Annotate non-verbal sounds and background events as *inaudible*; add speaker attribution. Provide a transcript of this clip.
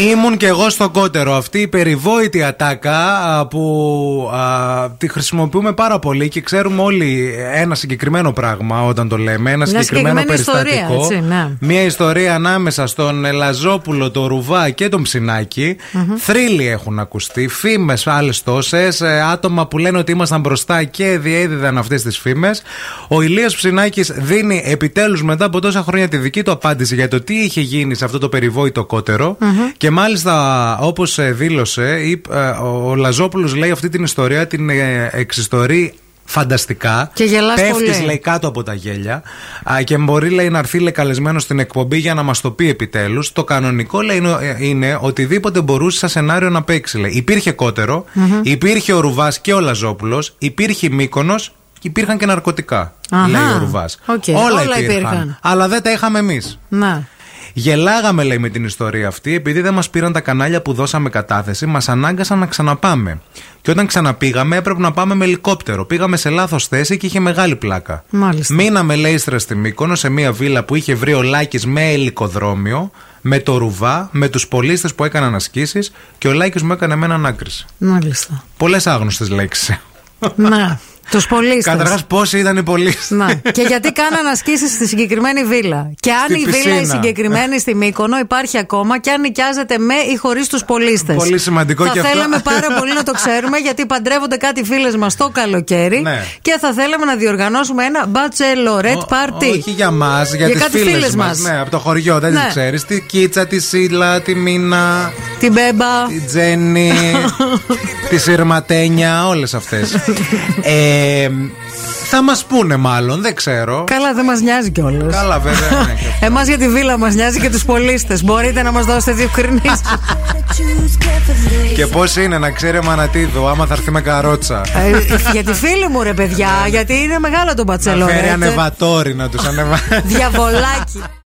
Speaker 1: Ήμουν και εγώ στον κότερο. Αυτή η περιβόητη ατάκα α, που α, τη χρησιμοποιούμε πάρα πολύ και ξέρουμε όλοι ένα συγκεκριμένο πράγμα όταν το λέμε. Ένα
Speaker 2: Μια
Speaker 1: συγκεκριμένο
Speaker 2: συγκεκριμένη ιστορία,
Speaker 1: περιστατικό.
Speaker 2: έτσι, ναι.
Speaker 1: Μια ιστορία ανάμεσα στον Λαζόπουλο, τον Ρουβά και τον Ψινάκη. Θρύλοι έχουν ακουστεί, φήμες άλλες τόσες, ε, άτομα που λένε ότι ήμασταν μπροστά και διέδιδαν αυτές τις φήμες. Ο Ηλίας Ψινάκης δίνει επιτέλους μετά από τόσα χρόνια τη δική του απάντηση για το τι είχε γίνει σε αυτό το περιβόητο κότερο. Και μάλιστα, όπως δήλωσε, είπ- ε, ο Λαζόπουλος λέει αυτή την ιστορία, την ε, εξιστορεί φανταστικά.
Speaker 2: Και γελάς
Speaker 1: Πέφτεις,
Speaker 2: πολύ.
Speaker 1: λέει, κάτω από τα γέλια. Α, και μπορεί, λέει, να έρθει λέει, καλεσμένο στην εκπομπή για να μας το πει επιτέλους. Το κανονικό, λέει, είναι, ε, είναι οτιδήποτε μπορούσε σαν σενάριο να παίξει. Λέει. Υπήρχε κότερο, υπήρχε ο Ρουβάς και ο Λαζόπουλος, υπήρχε Μύκονο και υπήρχαν και ναρκωτικά.
Speaker 2: Αχα.
Speaker 1: Λέει ο Ρουβάς.
Speaker 2: Οκ, όλα υπήρχαν.
Speaker 1: Αλλά δεν τα είχαμε εμείς.
Speaker 2: Να.
Speaker 1: Γελάγαμε, λέει, με την ιστορία αυτή, επειδή δεν μας πήραν τα κανάλια που δώσαμε κατάθεση, μας ανάγκασαν να ξαναπάμε. Και όταν ξαναπήγαμε, έπρεπε να πάμε με ελικόπτερο. Πήγαμε σε λάθος θέση και είχε μεγάλη πλάκα.
Speaker 2: Μάλιστα.
Speaker 1: Μείναμε, λέει, στρα στη Μύκονο, σε μία βίλα που είχε βρει ο Λάκης με ελικοδρόμιο, με το ρουβά, με τους πολίστες που έκαναν ασκήσεις και ο Λάκης μου έκανε εμένα ανάκριση.
Speaker 2: Μάλιστα. Ναι,
Speaker 1: Πολλές άγνωστες λέξεις.
Speaker 2: Να. Τους πολίτε.
Speaker 1: Καταρχάς, πόσοι ήταν οι πολίστε.
Speaker 2: Να. Ναι. Και
Speaker 1: *laughs*
Speaker 2: γιατί κάναν ασκήσεις στη συγκεκριμένη βίλα. Και αν
Speaker 1: Στη
Speaker 2: η βίλα η
Speaker 1: πισίνα.
Speaker 2: συγκεκριμένη στη Μύκονο υπάρχει ακόμα και αν νοικιάζεται με ή χωρίς τους πολίτε.
Speaker 1: Πολύ σημαντικό
Speaker 2: θα
Speaker 1: και αυτό.
Speaker 2: θέλαμε
Speaker 1: *laughs*
Speaker 2: πάρα πολύ να το ξέρουμε γιατί παντρεύονται κάτι φίλες μας το καλοκαίρι
Speaker 1: Ναι.
Speaker 2: και θα θέλαμε να διοργανώσουμε ένα bachelorette
Speaker 1: Ο-
Speaker 2: party.
Speaker 1: Όχι για μας, για,
Speaker 2: Για
Speaker 1: τις
Speaker 2: κάτι
Speaker 1: φίλες
Speaker 2: φίλες
Speaker 1: μας.
Speaker 2: μας.
Speaker 1: Ναι, από το χωριό, δεν
Speaker 2: Ναι.
Speaker 1: τις ξέρεις Τη Κίτσα, τη Σίλα, τη Μίνα,
Speaker 2: Την μπέμπα.
Speaker 1: τη Τζέννη,
Speaker 2: *laughs*
Speaker 1: τη Σιρματένια, όλες αυτές ε, θα μας πούνε μάλλον, δεν ξέρω.
Speaker 2: Καλά, δεν μας νοιάζει κιόλας.
Speaker 1: Καλά, βέβαια. ναι, και-
Speaker 2: Εμάς για τη βίλα μας νοιάζει και τους πολίτε. Μπορείτε να μας δώσετε διευκρινήσει.
Speaker 1: Και πώς είναι να ξέρει ο Μανατίδου άμα θα έρθει με καρότσα.
Speaker 2: Ε, για τη φίλη μου ρε παιδιά, γιατί είναι μεγάλο το μπατσελό.
Speaker 1: Φέρει ανεβατόρι να τους ανεβάσει.
Speaker 2: *laughs* Διαβολάκι.